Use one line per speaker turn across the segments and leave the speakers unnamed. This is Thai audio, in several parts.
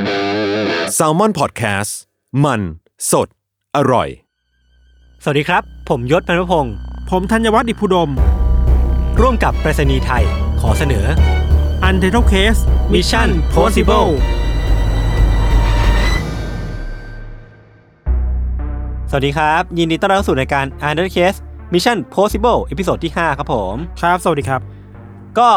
s a l ม o n PODCAST มันสดอร่อย
สวัสดีครับ ผมยศพันพงศ์
ผมธัญวัฒน์อิพุดม
ร่วมกับไปรษณีย์ไทย ขอเสนอ
u n t i t l e Case
Mission Possible สวัสดีครับ ยินดีต้อนรับสู่รายการ u n d e r Case Mission Possible เอพิโซดที่ 5 ครับผม
ครับ สวัสดีครับ
ก็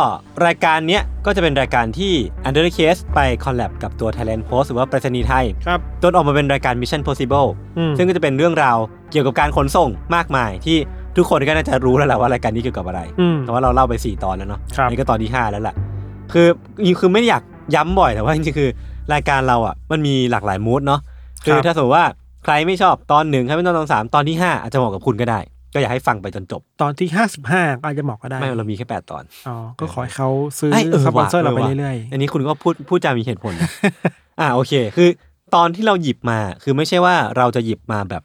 รายการเนี้ยก็จะเป็นรายการที่ u n d e r Case ไปคอลแลบกับตัว Thailand Post หรือว่าไปรษณีย์ไทย
ครับ
จนออกมาเป็นรายการ Mission Possible
อืม
ซึ่งก็จะเป็นเรื่องราวเกี่ยวกับการขนส่งมากมายที่ทุกคนก็น่าจะรู้แล้วแหละว่ารายการนี้เกี่ยวกับอะไร
อืม
แต่ว่าเราเล่าไป 4 ตอนแล้วเนาะ
ครับ
อันนี่ก็ตอนที่ 5 แล้วล่ะ คือจริงๆคือไม่ได้อยากย้ำบ่อยแต่ว่าจริงๆคือรายการเราอ่ะมันมีหลากหลายมูดเนาะคือถ้าสมมติว่าใครไม่ชอบตอนหนึ่งใครไม่ชอบตอนสามตอนที่ 5 อาจจะเหมาะกับคุณก็ได้ ก็อยากให้ฟังไปจนจบ
ตอนที่ 55ก็อาจจะเหมาะก็ได้
ไม่เรามีแค่ 8 ตอน
อ๋อ ก็ขอให้เขาซื้อ
เอ้ยเออ
สปอนเซอร์
ว่ะ
เราไป
เออว่ะ
เรื่อย
อันนี้คุณก็พูดพูดจามีเหตุผล นะ อ่าโอเค คือ ตอนที่เราหยิบมาคือไม่ใช่ว่าเราจะหยิบมาแบบ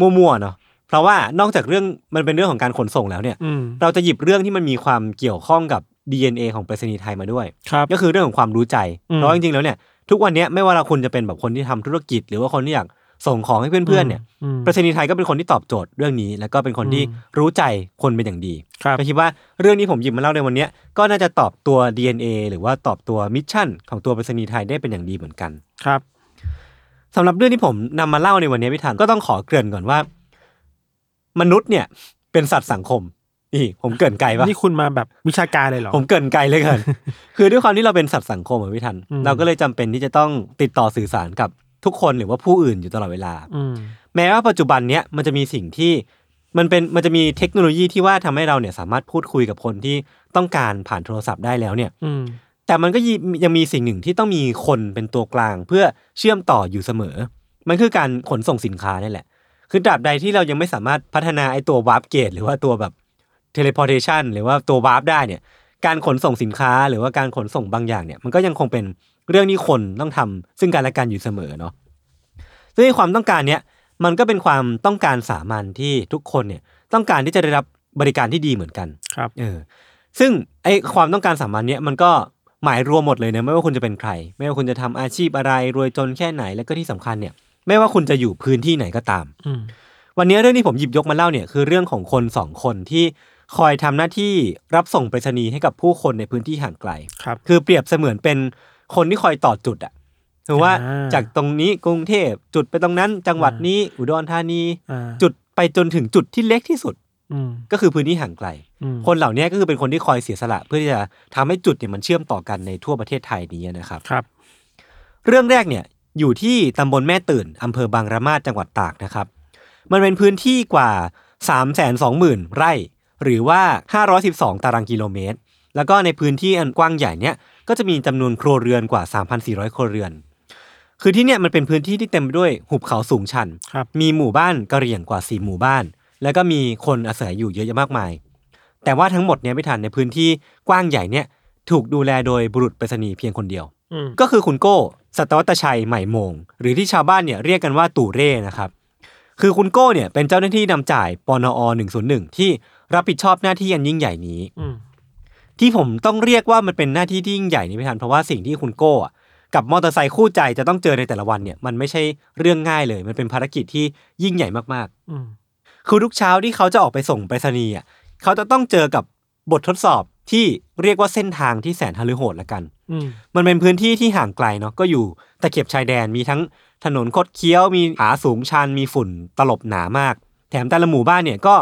มั่วๆเนาะเพราะว่านอกจากเรื่องมันเป็นเรื่องของการขนส่งแล้วเนี่ย
ๆ อืม
เราจะหยิบเรื่องที่มันมีความเกี่ยวข้องกับ DNA ของไปรษณีย์ไทยมาด้วย
ครับ
ก็คือเรื่องของความรู้ใจ
อืม
เพราะจริงๆแล้วเนี่ยทุกวันเนี้ยไม่ว่าเราคุณจะเป็นแบบคนที่ทำธุรกิจ หรือว่าคนที่อยากส่งของให้เพื่อนๆเนี่ย
อืม
ไปรษณีย์ไทยก็เป็นคนที่ตอบโจทย์เรื่องนี้ แล้วก็เป็นคนที่
อืม
รู้ใจคนเป็นอย่างดี
ครับ
ก็คิดว่าเรื่องนี้ผมหยิบมาเล่าในวันเนี้ยก็น่าจะตอบตัว DNA หรือว่าตอบตัวมิชชั่นของตัวไปรษณีย์ไทยได้เป็นอย่างดีเหมือนกัน
ครับ
สำหรับเรื่องที่ผมนำมาเล่าในวันเนี้ยพี่ทันก็ต้องขอเกริ่นก่อนว่า มนุษย์เนี่ยเป็นสัตว์สังคมนี่ผมเกริ่นไกลปะ
นี่คุณมาแบบวิชาการเลยเหรอ
ผมเกรินไกลเหลยเกิน คือด้วยความที่เราเป็นสัตว์สังคมอะพี่ทัน
อืม
เราก็เลยจำเป็นที่จะต้องติดต่อสื่อสารกับทุกคนหรือว่าผู้อื่นอยู่ตลอดเวลา
อืม
แม้ว่าปัจจุบันเนี้ยมันจะมีสิ่งที่มันเป็นมันจะมีเทคโนโลยีที่ว่าทำให้เราเนี่ยสามารถพูดคุยกับคนที่ต้องการผ่านโทรศัพท์ได้แล้วเนี่ย
อืม
แต่มันก็ยังยังมีสิ่งหนึ่งที่ต้องมีคนเป็นตัวกลาง เพื่อเชื่อมต่ออยู่เสมอ มันคือการขนส่งสินค้านี่แหละ คือตราบใดที่เรายังไม่สามารถพัฒนาไอ้ตัววาร์ปเกตหรือว่าตัวแบบเทเลพอ t เ t ชันหรือว่าตัววาร์ปได้เนี่ย การขนส่งสินค้าหรือว่าการขนส่งบางอย่างเนี่ย มันก็ยังคงเป็นเรื่องที่คนต้องทำซึ่งกันและกันอยู่เสมอเนาะ ซึ่งไอ้ความต้องการเนี้ยมันก็เป็นความต้องการสามัญที่ทุกคนเนี่ยต้องการที่จะได้รับบริการที่ดีเหมือนกัน
ครับ
เออซึ่งไอความต้องการสามัญเนี่ยมันก็หมายรวมหมดเลยนะไม่ว่าคุณจะเป็นใคร ไม่ว่าคุณจะทำอาชีพอะไรรวยจนแค่ไหนแล้วก็ที่สำคัญเนี่ย ไม่ว่าคุณจะอยู่พื้นที่ไหนก็ตาม
อืม
วันนี้เรื่องที่ผมหยิบยกมาเล่าเนี่ยคือเรื่องของคนสองคนที่คอยทำหน้าที่รับส่งไปรษณีย์ให้กับผู้คนในพื้นที่ห่างไกล
ครับ
คือเปรียบเสมือนเป็นคนที่คอยต่อจุดอะถือว่า
อ่า
จากตรงนี้กรุงเทพจุดไปตรงนั้น จังหวัดนี้อุดรธานี
อ่า
จุดไปจนถึงจุดที่เล็กที่สุด
อืม
ก็คือพื้นที่ห่างไกล
อืม
คนเหล่านี้ก็คือเป็นคนที่คอยเสียสละเพื่อที่จะทำให้จุดเนี่ยมันเชื่อมต่อกันในทั่วประเทศไทยนี้นะครับ
ครับ
เรื่องแรกเนี่ยอยู่ที่ตำบลแม่ตื่นอำเภอบางระมาดจังหวัดตากนะครับ มันเป็นพื้นที่กว่า 3 2 0 0 0 0 ไร่ หรือว่า 512 ตารางกิโลเมตร แล้วก็ในพื้นที่อันกว้างใหญ่เนี่ยก็จะมีจำนวนครัวเรือนกว่า 3,400 ครัวเรือน คือที่เนี่ยมันเป็นพื้นที่ที่เต็มไปด้วยหุบเขาสูงชัน
ครับ
มีหมู่บ้านกะเหรี่ยงกว่าสี่หมู่บ้าน แล้วก็มีคนอาศัยอยู่เยอะแยะมากมาย แต่ว่าทั้งหมดเนี่ยไม่ทันในพื้นที่กว้างใหญ่เนี่ยถูกดูแลโดยบุรุษไปรษณีย์เพียงคนเดียว
อืม
ก็คือคุณโก้สัตวัตชัยใหม่มง หรือที่ชาวบ้านเนี่ยเรียกกันว่าตู่เร่นะครับ คือคุณโก้เนี่ยเป็นเจ้าหน้าที่นำจ่ายปนอ101 ที่รับผิดชอบหน้าที่อันยิ่งใหญ่นี้
อืม
ที่ผมต้องเรียกว่ามันเป็นหน้าที่ที่ยิ่งใหญ่นี่พี่ทันเพราะว่าสิ่งที่คุณโก้อะกับมอเตอร์ไซค์คู่ใจจะต้องเจอในแต่ละวันเนี่ยมันไม่ใช่เรื่องง่ายเลย มันเป็นภารกิจที่ยิ่งใหญ่มาก
อืม
ๆ คือทุกเช้าที่เขาจะออกไปส่งไปรษณีย์อะเขาจะต้องเจอกับบททดสอบที่เรียกว่าเส้นทางที่แสนหฤโหดละกัน
อืม
มันเป็นพื้นที่ที่ห่างไกลเนาะก็อยู่ตะเข็บชายแดนมีทั้งถนนคดเคี้ยวมีผาสูงชันมีฝุ่นตลบหนามาก แถมแต่ละหมู่บ้านเนี่ยก็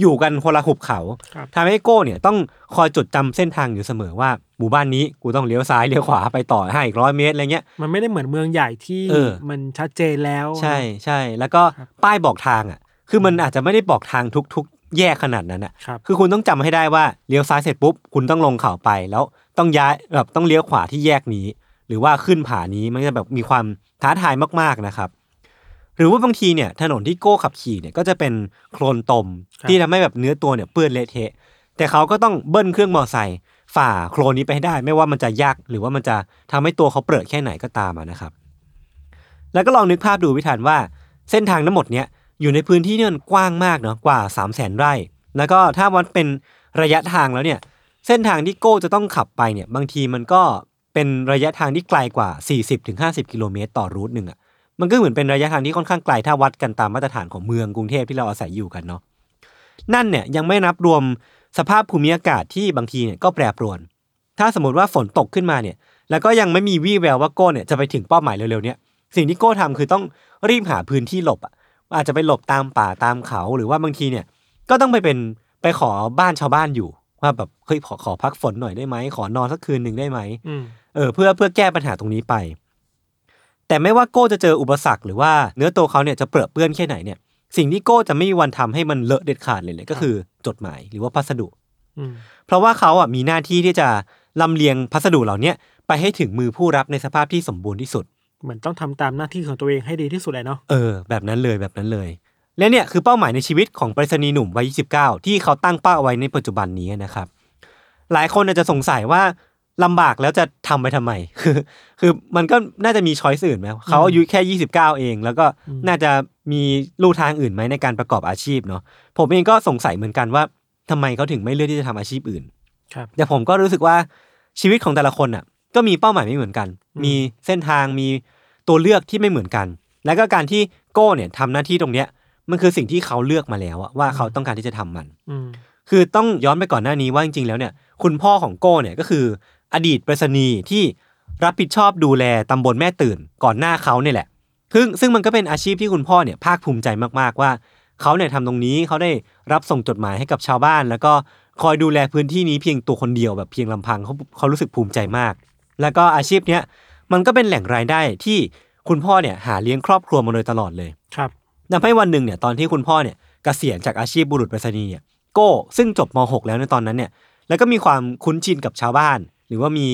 อยู่กันคนละหุบเขา
ครับ
ทำให้โก้เนี่ยต้องคอยจดจำเส้นทางอยู่เสมอว่า หมู่บ้านนี้กูต้องเลี้ยวซ้ายเลี้ยวขวาไปต่อห้าอีกร้อยเมตรอะไรเงี้ย
มันไม่ได้เหมือนเมืองใหญ่ที่
เออ
มันชัดเจนแล้ว
ใช่ใช่แล้วก็ป้ายบอกทางอ่ะคือมันอาจจะไม่ได้บอกทางทุกๆ แยกขนาดนั้นอ่ะ
ครับ
คือคุณต้องจำให้ได้ว่าเลี้ยวซ้ายเสร็จปุ๊บ คุณต้องลงเขาไปแล้วต้องย้ายแบบต้องเลี้ยวขวาที่แยกนี้ หรือว่าขึ้นผานี้มันจะแบบมีความท้าทายมากๆนะครับ หรือว่าบางทีเนี่ยถนนที่โก้ขับขี่เนี่ยก็จะเป็นโคลนตม
ครับ
ที่ทำให้แบบเนื้อตัวเนี่ยเปื้อนเละเทะ แต่เขาก็ต้องเบิ้ลเครื่องมอเตอร์ไซค์ฝ่าโคลนนี้ไปให้ได้ ไม่ว่ามันจะยากหรือว่ามันจะทำให้ตัวเขาเปรอะแค่ไหนก็ตามอะนะครับ แล้วก็ลองนึกภาพดูพิธันว่า เส้นทางทั้งหมดเนี่ยอยู่ในพื้นที่ที่มันกว้างมากเนาะกว่า3 0 0แสนไร่ แล้วก็ถ้าวัดเป็นระยะทางแล้วเนี่ย เส้นทางที่โก้จะต้องขับไปเนี่ยบางทีมันก็ เป็นระยะทางที่ไกลกว่า 40-50 กิโลเมตรต่อรูทหนึ่งอ่ะมันก็เหมือนเป็นระยะทางที่ค่อนข้างไกลถ้าวัดกันตามมาตรฐานของเมืองกรุงเทพที่เราอาศัยอยู่กันเนาะนั่นเนี่ยยังไม่นับรวมสภาพภูมิอากาศที่บางทีเนี่ยก็แปรปรวน ถ้าสมมติว่าฝนตกขึ้นมาเนี่ย แล้วก็ยังไม่มีวี่แววว่าโก้เนี่ยจะไปถึงเป้าหมายเร็วๆเนี่ยสิ่งที่โก้ทำคือต้องรีบหาพื้นที่หลบอ่ะอาจจะไปหลบตามป่าตามเขาหรือว่าบางทีเนี่ย ก็ต้องไปเป็นไปขอบ้านชาวบ้านอยู่ ว่าแบบเฮ้ยขอขอพักฝนหน่อยได้ไหมขอนอนสักคืนหนึ่งได้ไหม
อืม
เออเพื่อเพื่อแก้ปัญหาตรงนี้ไป แต่ไม่ว่าโก้จะเจออุปสรรคหรือว่าเนื้อตัวเขาเนี่ยจะเปรอะเปื้อนแค่ไหนเนี่ย สิ่งที่โก้จะไม่มีวันทำให้มันเลอะเด็ดขาดเลยเนี่ยก็คือจดหมายหรือว่าพัสดุ
อืม
เพราะว่าเขาอ่ะมีหน้าที่ที่จะลำเลียงพัสดุเหล่าเนี้ยไปให้ถึงมือผู้รับในสภาพที่สมบูรณ์ที่สุด
เหมือนต้องทำตามหน้าที่ของตัวเองให้ดีที่สุดเลยเนาะ
เออ แบบนั้นเลยแบบนั้นเลย และเนี่ยคือเป้าหมายในชีวิตของไปรษณีย์หนุ่มวัย 29 ที่เขาตั้งเป้าเอาไว้ในปัจจุบันนี้นะครับ หลายคนอาจจะสงสัยว่าลำบากแล้วจะทำไปทำไม คือคือมันก็น่าจะมีช้อยส์อื่นไหมเขาอายุแค่ 29 เอง แล้วก็น่าจะมีลู่ทางอื่นไหมในการประกอบอาชีพเนาะผมเองก็สงสัยเหมือนกันว่าทำไมเขาถึงไม่เลือกที่จะทำอาชีพอื่น
ครับ
แต่ผมก็รู้สึกว่าชีวิตของแต่ละคนอ่ะ ก็มีเป้าหมายไม่เหมือนกัน มีเส้นทางมีตัวเลือกที่ไม่เหมือนกัน แล้วก็การที่โก้เนี่ยทำหน้าที่ตรงเนี้ยมันคือสิ่งที่เขาเลือกมาแล้วอะว่าเขาต้องการที่จะทำมัน
อืม
คือต้องย้อนไปก่อนหน้านี้ว่าจริงๆ แล้วเนี่ย คุณพ่อของโก้เนี่ยก็คือ อดีตไปรษณีย์ที่รับผิดชอบดูแลตำบลแม่ตื่นก่อนหน้าเขาเนี่ยแหละซึ่งซึ่งมันก็เป็นอาชีพที่คุณพ่อเนี่ยภาคภูมิใจมากๆว่า เขาเนี่ยทำตรงนี้เขาได้รับส่งจดหมายให้กับชาวบ้าน แล้วก็คอยดูแลพื้นที่นี้เพียงตัวคนเดียวแบบเพียงลำพังเขาเขารู้สึกภูมิใจมาก แล้วก็อาชีพเนี้ยมันก็เป็นแหล่งรายได้ที่คุณพ่อเนี่ยหาเลี้ยงครอบครัวมาโดยตลอดเลย
ครับ
ทำให้วันหนึ่งเนี่ยตอนที่คุณพ่อเนี่ยเกษียณจากอาชีพบุรุษไปรษณีย์เนี่ยโก้ซึ่งจบม .6 แล้วในตอนนั้นเนี่ยแล้วก็มีความคุ้นชินกับชาวบ้าน หรือว่ามี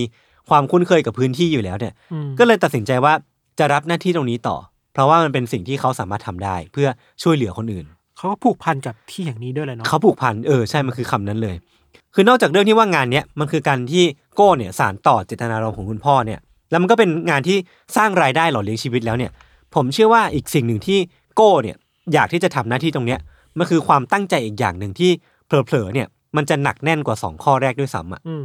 ความคุ้นเคยกับพื้นที่อยู่แล้วเนี่ย
อืม
ก็เลยตัดสินใจว่าจะรับหน้าที่ตรงนี้ต่อ เพราะว่ามันเป็นสิ่งที่เขาสามารถทำได้เพื่อช่วยเหลือคนอื่น
เขาก็ผูกพันกับที่แห่งนี้ด้วยเลยเนาะ
เขาผูกพันเออใช่ มันคือคำนั้นเลย คือนอกจากเรื่องที่ว่างานเนี้ยมันคือการที่โก้เนี่ยสารต่อเจตนารมณ์ของคุณพ่อเนี่ย แล้วมันก็เป็นงานที่สร้างรายได้หล่อเลี้ยงชีวิตแล้วเนี่ย ผมเชื่อว่าอีกสิ่งหนึ่งที่โก้เนี่ยอยากที่จะทำหน้าที่ตรงเนี้ยมันคือความตั้งใจอีกอย่างหนึ่งที่เผลอๆเนี่ยมันจะหนักแน่นกว่าสองข้อแรกด้วยซ้ำอ่ะ
อืม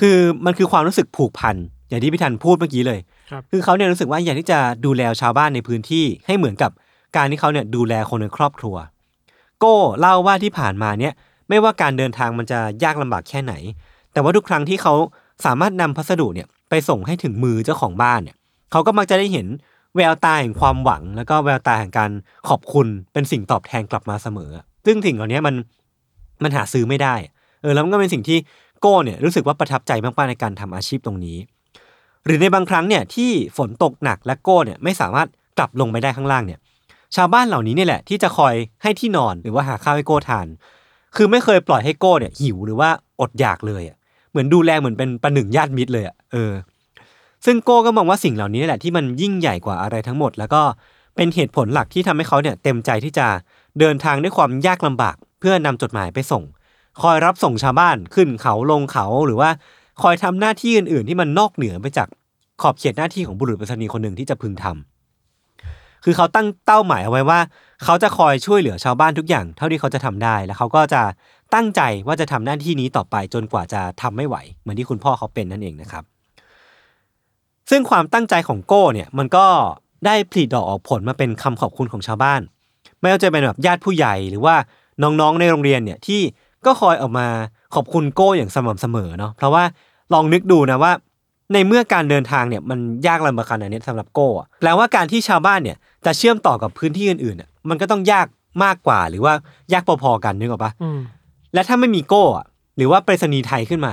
คือมันคือความรู้สึกผูกพันอย่างที่พี่ทันพูดเมื่อกี้เลย
ครับ
คือเขาเนี่ยรู้สึกว่าอยากที่จะดูแลชาวบ้านในพื้นที่ให้เหมือนกับการที่เขาเนี่ยดูแลคนในครอบครัว โก้เล่าว่าที่ผ่านมาเนี่ยไม่ว่าการเดินทางมันจะยากลำบากแค่ไหน แต่ว่าทุกครั้งที่เขาสามารถนำพัสดุเนี่ยไปส่งให้ถึงมือเจ้าของบ้านเนี่ยเขาก็มักจะได้เห็นแววตาแห่งความหวัง แล้วก็แววตาแห่งการขอบคุณเป็นสิ่งตอบแทนกลับมาเสมอ ซึ่งสิ่งเหล่านี้มันมันหาซื้อไม่ได้ เออแล้วมันก็เป็นสิ่งที่โก้เนี่ยรู้สึกว่าประทับใจมากๆในการทำอาชีพตรงนี้ หรือในบางครั้งเนี่ยที่ฝนตกหนักและโก้เนี่ยไม่สามารถกลับลงไปได้ข้างล่างเนี่ย ชาวบ้านเหล่านี้เนี่ยแหละที่จะคอยให้ที่นอนหรือว่าหาข้าวให้โก้ทาน คือไม่เคยปล่อยให้โก้เนี่ยหิวหรือว่าอดอยากเลยอะเหมือนดูแลเหมือนเป็นประหนึ่งญาติมิตรเลยอะเออ ซึ่งโก้ก็มองว่าสิ่งเหล่านี้แหละที่มันยิ่งใหญ่กว่าอะไรทั้งหมด แล้วก็เป็นเหตุผลหลักที่ทำให้เขาเนี่ยเต็มใจที่จะเดินทางด้วยความยากลำบาก เพื่อนำจดหมายไปส่ง คอยรับส่งชาวบ้านขึ้นเขาลงเขาหรือว่าคอยทำหน้าที่อื่น ๆ ที่มันนอกเหนือไปจากขอบเขตหน้าที่ของบุรุษไปรษณีย์คนหนึ่งที่จะพึงทำคือเขาตั้งเป้าหมายเอาไว้ว่า เขาจะคอยช่วยเหลือชาวบ้านทุกอย่าง เท่าที่เขาจะทำได้ แล้วเขาก็จะตั้งใจว่าจะทำหน้าที่นี้ต่อไปจนกว่าจะทำไม่ไหว เหมือนที่คุณพ่อเขาเป็นนั่นเองนะครับ ซึ่งความตั้งใจของโก้เนี่ยมันก็ได้ผลิดอกออกผลมาเป็นคำขอบคุณของชาวบ้าน ไม่ว่าจะเป็นแบบญาติผู้ใหญ่หรือว่าน้องๆในโรงเรียนเนี่ยที่ก็คอยออกมาขอบคุณโก้อย่างสม่ำเสมอเนาะเพราะว่าลองนึกดูนะว่า ในเมื่อการเดินทางเนี่ยมันยากลำบากขนาดนี้สำหรับโก้อะแปลว่าการที่ชาวบ้านเนี่ยจะเชื่อมต่อกับพื้นที่อื่นๆน่ะมันก็ต้องยากมากกว่าหรือว่ายากพอๆกันนึกออกปะ
อืม
และถ้าไม่มีโก้อะหรือว่าไปรษณีย์ไทยขึ้นมา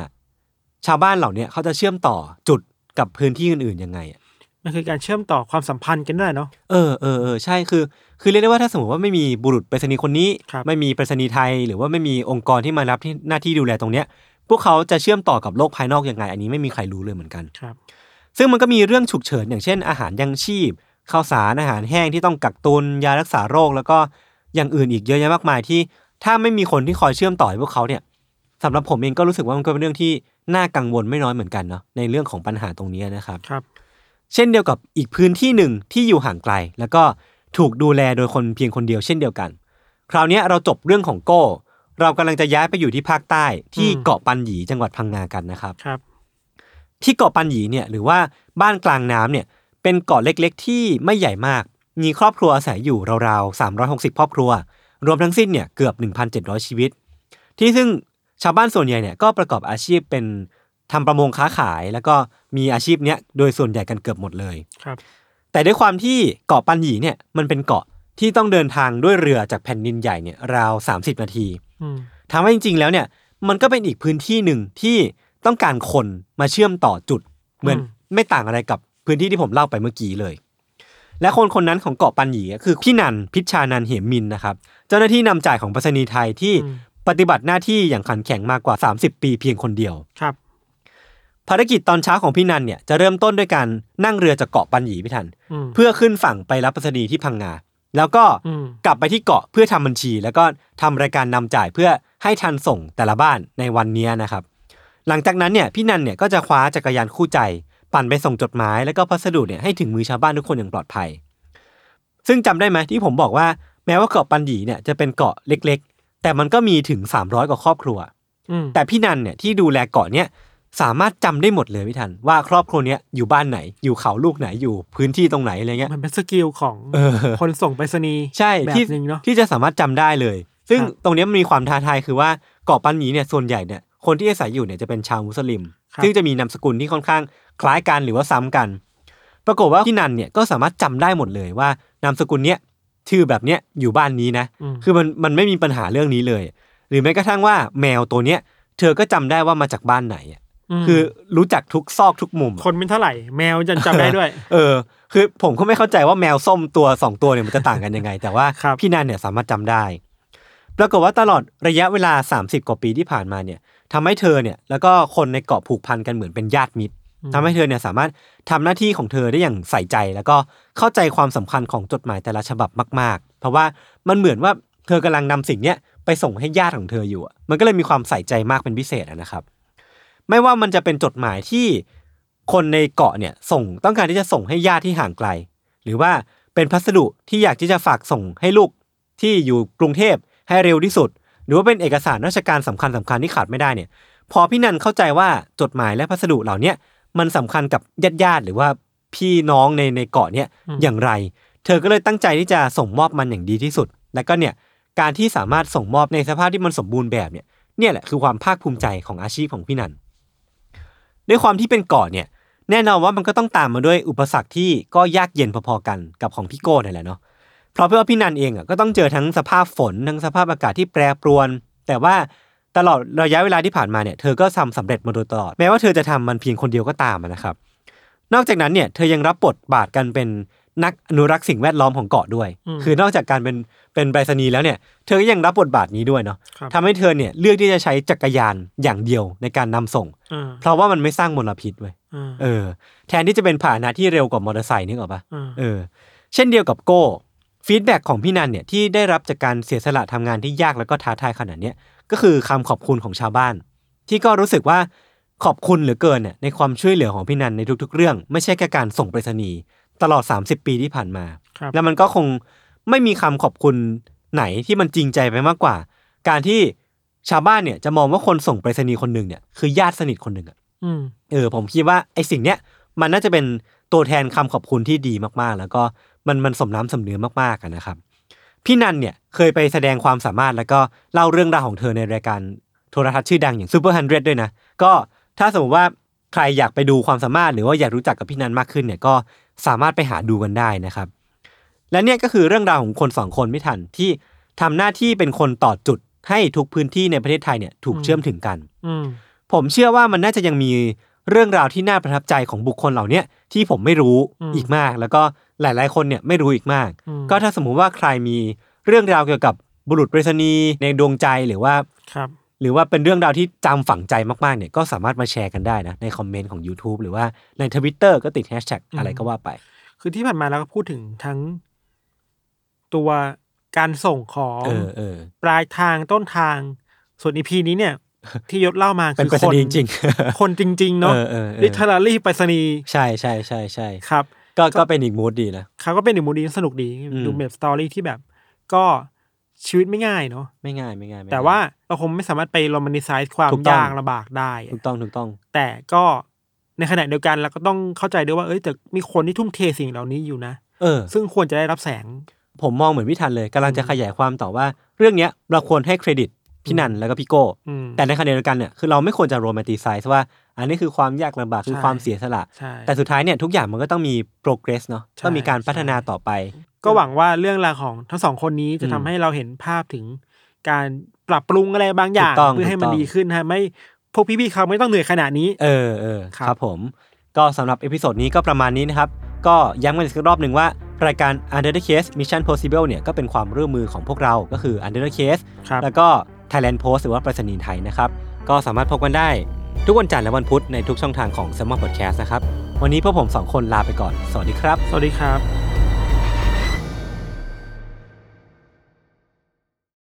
ชาวบ้านเหล่าเนี้ยเขาจะเชื่อมต่อจุดกับพื้นที่อื่นๆยังไงอะ
มันคือการเชื่อมต่อความสัมพันธ์กันด้วยเนาะ
เออเออเออใช่คือ คือเรียกได้ว่าถ้าสมมติว่าไม่มีบุรุษไปรษณีย์คนนี้
ครับ
ไม่มีไปรษณีย์ไทย หรือว่าไม่มีองค์กรที่มารับที่หน้าที่ดูแลตรงเนี้ย พวกเขาจะเชื่อมต่อกับโลกภายนอกยังไง อันนี้ไม่มีใครรู้เลยเหมือนกัน
ครับ
ซึ่งมันก็มีเรื่องฉุกเฉินอย่างเช่น อาหารยังชีพข้าวสารอาหารแห้งที่ต้องกักตุนยารักษาโรค แล้วก็อย่างอื่นอีกเยอะแยะมากมายที่ ถ้าไม่มีคนที่คอยเชื่อมต่อให้พวกเขาเนี่ยสำหรับผมเองก็รู้สึกว่ามันก็เป็นเรื่องที่น่ากังวลไม่น้อยเหมือนกันเนาะในเรื่องของปัญหาตรงนี้นะครับ
ครับ
เช่นเดียวกับอีกพื้นที่หนึ่งที่อยู่ห่างไกล แล้วก็ถูกดูแลโดยคนเพียงคนเดียวเช่นเดียวกัน คราวเนี้ยเราจบเรื่องของโก้ เรากำลังจะย้ายไปอยู่ที่ภาคใต้ที่
อืม
เกาะปันหยีจังหวัดพังงากันนะครับ
ครับ
ที่เกาะปันหยีเนี่ยหรือว่าบ้านกลางน้ำเนี่ยเป็นเกาะเล็กๆ ที่ไม่ใหญ่มาก มีครอบครัวอาศัยอยู่ราวๆ 360 ครอบครัว รวมทั้งสิ้นเนี่ยเกือบ 1,700 ชีวิต ที่ซึ่งชาวบ้านส่วนใหญ่เนี่ยก็ประกอบอาชีพเป็นทำประมงค้าขาย แล้วก็มีอาชีพเนี้ยโดยส่วนใหญ่กันเกือบหมดเลย
ครับ
แต่ด้วยความที่เกาะปันหยีเนี่ยมันเป็นเกาะที่ต้องเดินทางด้วยเรือจากแผ่นดินใหญ่เนี่ยราว 30 นาที
อืม
ถามว่าจริงๆ แล้วเนี่ยมันก็เป็นอีกพื้นที่หนึ่งที่ต้องการคนมาเชื่อมต่อจุด เหมือนไม่ต่างอะไรกับพื้นที่ที่ผมเล่าไปเมื่อกี้เลย และคนคนนั้นของเกาะปันหยีก็คือพี่นันพิชชานันเหมมินนะครับ เจ้าหน้าที่นำจ่ายของไปรษณีย์ไทยที่ปฏิบัติหน้าที่อย่างขันแข็งมากกว่า 30 ปีเพียงคนเดียว
ครับ
ภารกิจตอนเช้าของพี่นันเนี่ยจะเริ่มต้นด้วยการนั่งเรือจากเกาะปันหยีพี่ทัน
อืม
เพื่อขึ้นฝั่งไปรับไปรษณีย์ที่พังงาแล้วก็
อืม
กลับไปที่เกาะเพื่อทำบัญชี แล้วก็ทำรายการนำจ่ายเพื่อให้ทันส่งแต่ละบ้านในวันเนี้ยนะครับ หลังจากนั้นเนี่ยพี่นันเนี่ยก็จะคว้าจักรยานคู่ใจ ปั่นไปส่งจดหมายแล้วก็พัสดุเนี่ยให้ถึงมือชาวบ้านทุกคนอย่างปลอดภัย ซึ่งจำได้ไหมที่ผมบอกว่าแม้ว่าเกาะปันหยีเนี่ยจะเป็นเกาะเล็กๆ แต่มันก็มีถึง 300 กว่าครอบครัว
อืม
แต่พี่นันเนี่ยที่ดูแลเกาะเนี่ยสามารถจำได้หมดเลยพี่ทันว่าครอบครัวเนี้ยอยู่บ้านไหน อยู่เขาลูกไหนอยู่พื้นที่ตรงไหนอะไรเงี้ย
มันเป็นสกิลของ
เออ
คนส่งไปรษณีย์
ใช่
แบบ
ที่
หนึ่งเนาะ
ที่จะสามารถจำได้เลย ซึ่ง
ครับ
ตรงเนี้ยมันมีความท้าทายคือว่าเกาะปันหมีเนี่ยส่วนใหญ่เนี่ยคนที่อาศัยอยู่เนี่ยจะเป็นชาวมุสลิม
ครับ
ซึ่งจะมีนามสกุลที่ค่อนข้างคล้ายกันหรือว่าซ้ำกัน ปรากฏว่าพี่นันเนี่ยก็สามารถจำได้หมดเลยว่านามสกุลเนี้ยชื่อแบบเนี้ยอยู่บ้านนี้นะ
ม
คือมันมันไม่มีปัญหาเรื่องนี้เลย หรือแม้กระทั่งว่าแมวตัวเนี้ยเธอก็จำได้ว่ามาจากบ้านไหนอะ
ม
คือรู้จักทุกซอกทุกมุมอะ
คนเป็นเท่าไหร่ แมวยันจำได้ด้วย
เออคือผมก็ไม่เข้าใจว่าแมวส้มตัวสองตัวเนี่ยมันจะต่างกันยังไง แต่ว่า
ครับ
พี่นันเนี่ยสามารถจำได้ ปรากฏว่าตลอดระยะเวลา 30 กว่าปีที่ผ่านมาเนี่ยทำให้เธอเนี่ยแล้วก็คนในเกาะผูกพันกันเหมือนเป็นญาติมิตรทำให้เธอเนี่ยสามารถทำหน้าที่ของเธอได้อย่างใส่ใจ แล้วก็เข้าใจความสำคัญของจดหมายแต่ละฉบับมาก ๆ เพราะว่ามันเหมือนว่าเธอกำลังนำสิ่งเนี้ยไปส่งให้ญาติของเธออยู่อะมันก็เลยมีความใส่ใจมากเป็นพิเศษอะนะครับ ไม่ว่ามันจะเป็นจดหมายที่คนในเกาะเนี่ยส่งต้องการที่จะส่งให้ญาติที่ห่างไกล หรือว่าเป็นพัสดุที่อยากที่จะฝากส่งให้ลูกที่อยู่กรุงเทพให้เร็วที่สุด หรือว่าเป็นเอกสารราชการสำคัญสำคัญที่ขาดไม่ได้เนี่ย พอพี่นันเข้าใจว่าจดหมายและพัสดุเหล่าเนี้ยมันสำคัญกับญาติญาติๆหรือว่าพี่น้องในในเกาะเนี่ย
อืม
อย่างไร เธอก็เลยตั้งใจที่จะส่งมอบมันอย่างดีที่สุด แล้วก็เนี่ยการที่สามารถส่งมอบในสภาพที่มันสมบูรณ์แบบเนี่ยเนี่ยแหละคือความภาคภูมิใจของอาชีพของพี่นัน ด้วยความที่เป็นเกาะเนี่ยแน่นอนว่ามันก็ต้องตามมาด้วยอุปสรรคที่ก็ยากเย็นพอๆกันกับของพี่โก้นั่นแหละเนาะเพราะเพื่อว่าพี่นันเองอ่ะก็ต้องเจอทั้งสภาพฝนทั้งสภาพอากาศที่แปรปรวน แต่ว่าตลอดระยะเวลาที่ผ่านมาเนี่ยเธอก็ทำสำเร็จมาโดยตลอดแม้ว่าเธอจะทำมันเพียงคนเดียวก็ตามอะนะครับ นอกจากนั้นเนี่ยเธอยังรับบทบาทกันเป็นนักอนุรักษ์สิ่งแวดล้อมของเกาะด้วย
อืม
คือนอกจากการเป็นเป็นไปรษณีย์แล้วเนี่ยเธอก็ยังรับบทบาทนี้ด้วยเนาะ
ครับ
ทำให้เธอเนี่ยเลือกที่จะใช้จักรยานอย่างเดียวในการนำส่ง
อ่า
เพราะว่ามันไม่สร้างมลพิษเว้ย
อ่า
เออ แทนที่จะเป็นผ่าหนะที่เร็วกว่ามอเตอร์ไซค์นึกออกปะ
อ่า
เออ เช่นเดียวกับโก้ ฟีดแบ็กของพี่นันเนี่ยที่ได้รับจากการเสียสละทำงานที่ยากแล้วก็ท้าทายขนาดเนี้ยก็คือคำขอบคุณของชาวบ้าน ที่ก็รู้สึกว่าขอบคุณเหลือเกินเนี่ยในความช่วยเหลือของพี่นันในทุก ๆ เรื่อง ไม่ใช่แค่การส่งไปรษณีย์ตลอด 30 ปีที่ผ่านมา
ครับ
แล้วมันก็คงไม่มีคำขอบคุณไหนที่มันจริงใจไปมากกว่า การที่ชาวบ้านเนี่ยจะมองว่าคนส่งไปรษณีย์คนหนึ่งเนี่ยคือญาติสนิทคนหนึ่งอะ
อืม
เออผมคิดว่าไอสิ่งเนี้ยมันน่าจะเป็นตัวแทนคำขอบคุณที่ดีมากๆ แล้วก็มันมันสมน้ำสมเนื้อมากๆอะนะครับ พี่นันเนี่ยเคยไปแสดงความสามารถแล้วก็เล่าเรื่องราวของเธอในรายการโทรทัศน์ชื่อดังอย่างซูเปอร์ฮันเดรด้วยนะ ก็ถ้าสมมติว่าใครอยากไปดูความสามารถหรือว่าอยากรู้จักกับพี่นันมากขึ้นเนี่ยก็สามารถไปหาดูกันได้นะครับ และเนี่ยก็คือเรื่องราวของคนสองคนไม่ทันที่ทำหน้าที่เป็นคนต่อจุดให้ทุกพื้นที่ในประเทศไทยเนี่ยถูก
อืม
เชื่อมถึงกัน
อืม
ผมเชื่อว่ามันน่าจะยังมีเรื่องราวที่น่าประทับใจของบุคคลเหล่าเนี้ยที่ผมไม่รู้
อืม
อีกมาก แล้วก็หลาย ๆ คนเนี่ยไม่รู้อีกมาก
อืม
ก็ถ้าสมมุติว่าใครมีเรื่องราวเกี่ยวกับบุรุษไปรษณีย์ในดวงใจหรือว่า
ครับ
หรือว่าเป็นเรื่องราวที่จำฝังใจมาก ๆ เนี่ยก็สามารถมาแชร์กันได้นะในคอมเมนต์ของ YouTube หรือว่าในทวิตเตอร์ก็ติดแฮชแท็กอะไรก็ว่าไป
คือที่ผ่านมาเราก็พูดถึงทั้ง ตัวการส่งของ
เออเออ
ปลายทางต้นทาง ส่วนอีพี นี้เนี่ย ที่ยศเล่ามา
เป็น
คือ
ไปรษ
คน
ณีย์จริง
คนจริง ๆ เนาะ
เออเออเออ
ลิทเทอรารี่ไปรษณีย์
ใช่ใช่ใช่ใช่
ครับ
ก็ก็เป็นอีกมูดดีนะ
เขาก็เป็นอีกมูดีสนุกดี
อืม
ดูแบบสตอรี่ที่แบบ ก็ชีวิตไม่ง่ายเนาะ
ไม่ง่ายไม่ง่ายไม่ง่ย
แต่ว่าเราคงไม่สามารถไปโรแมนติไซส์ความ
ถูกต้อง
ยากลำบากได้อะ
ถูกต้องถูกต้อง
แต่ก็ ในขณะเดียวกันเราก็ต้องเข้าใจด้วยว่าเอ้ยแต่มีคนที่ทุ่มเทสิ่งเหล่านี้อยู่นะ
เออ
ซึ่งควรจะได้รับแสง
ผมมองเหมือนพี่ทันเลยกำลังจะขยายความต่อว่า เรื่องเนี้ยเราควรให้เครดิตพี่นันแล้วก็พี่โก้
อืม
แต่ในขณะเดียวกันเนี่ยคือเราไม่ควรจะโรแมนติไซส์ว่า อันนี้คือความยากลำบากคือ
ใช่
ความเสียสละ
ใช่
แต่สุดท้ายเนี่ยทุกอย่างมันก็ต้องมี progress เนาะต้องมีการพัฒนาต่อไป
ก็หวังว่าเรื่องราวของทั้งสองคนนี้จะ
อืม
ทำให้เราเห็นภาพถึงการปรับปรุงอะไรบางอย่าง
ถูกต้อง
เพื่อให้มัน
ถูกต้อง
ดีขึ้นฮะไม่พวกพี่ๆเขาไม่ต้องเหนื่อยขนาดนี้
เออเออ
ครับ
ครับผม ก็สำหรับเอพิโซดนี้ก็ประมาณนี้นะครับ ก็ย้ำกันอีกรอบหนึ่งว่า รายการ Under the Case Mission Possible เนี่ยก็เป็นความร่วมมือของพวกเราก็คือ Under the Case
ครับ
แล้วก็ Thailand Post หรือว่าประษณีย์ไทยนะครับ ก็สามารถพบกันได้ ทุกวันจันทร์และวันพุธในทุกช่องทางของ s ซ m ม n Podcast นะครับ วันนี้พวกผมสองคนลาไปก่อน สวัสดีครับ
สวัสดีครับ